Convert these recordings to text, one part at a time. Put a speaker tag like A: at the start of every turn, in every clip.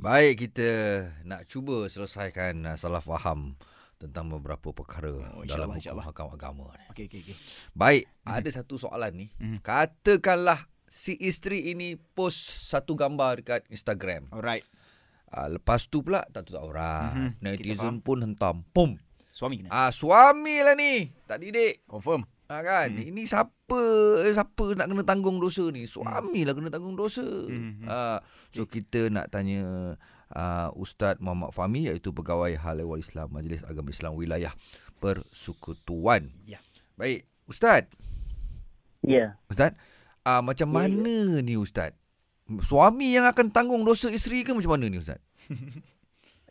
A: Baik, kita nak cuba selesaikan uh, salah faham tentang beberapa perkara
B: Oh,
A: oh,
B: insyaAllah,
A: dalam hukum
B: insyaAllah.
A: hakam agama ni.
B: Okey okey okey.
A: Baik, mm-hmm. ada satu soalan ni.
B: Mhm.
A: Mm-hmm. Katakanlah si isteri ini post satu gambar dekat Instagram.
B: Alright.
A: Uh, lepas tu pula tak tahu tak orang.
B: Mhm,
A: Mm-hmm.
B: kita faham.
A: Netizen pun hentam. Pum.
B: Suami kena.
A: Ah suami lah ni. Tak didik.
B: Confirm.
A: Ha, kan?
B: Mhm.
C: Hmm.
A: Mm-hmm. Ini siapa eh, siapa nak kena tanggung dosa ni? Suami lah kena tanggung dosa.
B: Mhm.
C: Hmm,
A: Mm-hmm. Ha, so kita nak tanya uh, Ustaz Muhammad Fahmi iaitu pegawai Hal Ehwal Islam Majlis Agama Islam Wilayah Persekutuan.
B: Ya.
A: Baik, ustaz.
C: Ya,
A: Ustaz, uh, macam
C: Ya, ya.
A: mana ni ustaz? Suami yang akan tanggung dosa isteri ke macam mana ni ustaz?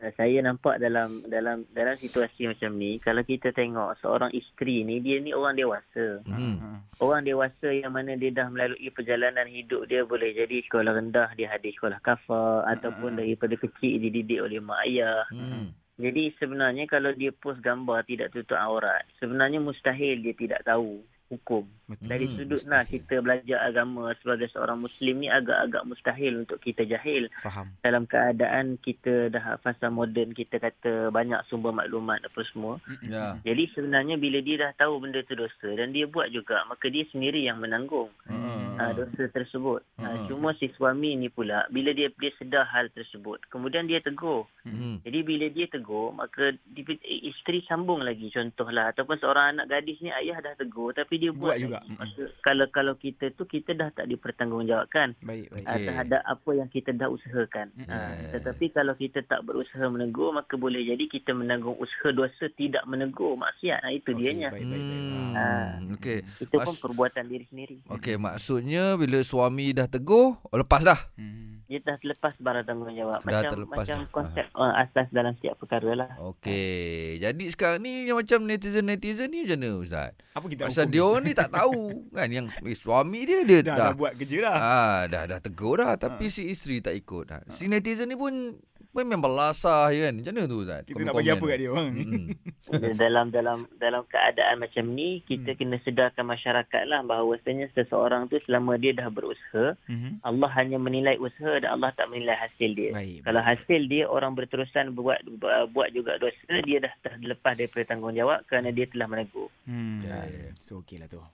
C: uh, saya nampak dalam dalam dalam situasi macam ni, kalau kita tengok seorang isteri ni, dia ni orang dewasa.
A: Hmm.
B: Ha, ha.
C: Orang dewasa yang mana dia dah melalui perjalanan hidup dia boleh jadi sekolah rendah, dia hadir sekolah kafar ataupun daripada kecil dididik oleh mak ayah.
A: Hmm.
C: Jadi sebenarnya kalau dia post gambar tidak tutup aurat, sebenarnya mustahil dia tidak tahu hukum.
B: Betul.
C: Dari
A: Hmm,
C: sudut nah
A: mustahil.
C: kita belajar agama sebagai seorang muslim ni agak-agak mustahil untuk kita jahil.
B: Faham.
C: dalam keadaan kita dah fasa moden kita kata banyak sumber maklumat apa semua.
A: Ya.
C: Jadi sebenarnya bila dia dah tahu benda tu dosa dan dia buat juga maka dia sendiri yang menanggung
A: Hmm.
C: uh, dosa tersebut. Uh,
A: Hmm.
C: cuma si suami ni pula bila dia dia sedar hal tersebut kemudian dia tegur.
A: Hmm.
C: Jadi bila dia tegur maka di, isteri sambung lagi contohlah ataupun seorang anak gadis ni ayah dah tegur tapi dia buat,
B: Buat juga.
C: lagi. Maka, kalau kalau kita tu kita dah tak dipertanggungjawabkan
B: Baik baik.
C: okay.
A: Okey. Hmm.
C: terhadap apa yang kita dah usahakan.
B: Mm.
C: Ha,
A: Yeah.
C: tetapi kalau kita tak berusaha menegur, maka boleh jadi kita menanggung usaha dosa tidak menegur maksiat. Ha, itu
B: Okey,
C: okay, dianya.
B: Baik baik baik. Ha.
C: Ah.
A: Hmm. Okey.
C: Itu pun
A: Mas-
C: perbuatan diri sendiri.
A: Okey, maksudnya bila suami dah tegur, oh, lepas dah.
B: Hmm.
C: Dia dah terlepas barang tanggungjawab.
A: Dah
C: macam
A: terlepas
C: macam
A: dah. Ah.
C: konsep uh, asas dalam setiap perkara lah.
A: Okey. Jadi sekarang ni yang macam netizen-netizen ni macam mana ustaz?
B: Apa kita
A: Pasal
B: hukum
A: dia orang ni tak tahu kan yang eh, suami dia dia
B: ni? dah, dah
A: dah
B: buat kerja dah.
A: Ah, dah dah tegur dah tapi si isteri tak ikut. Ha. Si netizen ni pun pun memang belasah kan. Macam mana tu Ustaz?
B: Kita nak bagi apa kat dia orang ni?
A: Mm-hmm.
C: Dia dalam dalam dalam keadaan macam ni, kita
A: Hmm.
C: kena sedarkan masyarakat lah bahawasanya seseorang tu selama dia dah berusaha,
B: Mhm.
C: Allah hanya menilai usaha dan Allah tak menilai hasil dia.
B: Baik.
C: Kalau
B: baik.
C: hasil dia orang berterusan buat bu- buat juga dosa, dia dah terlepas daripada tanggungjawab kerana dia telah menegur.
B: Hmm.
A: Ya, ya, ya.
B: So okey lah tu.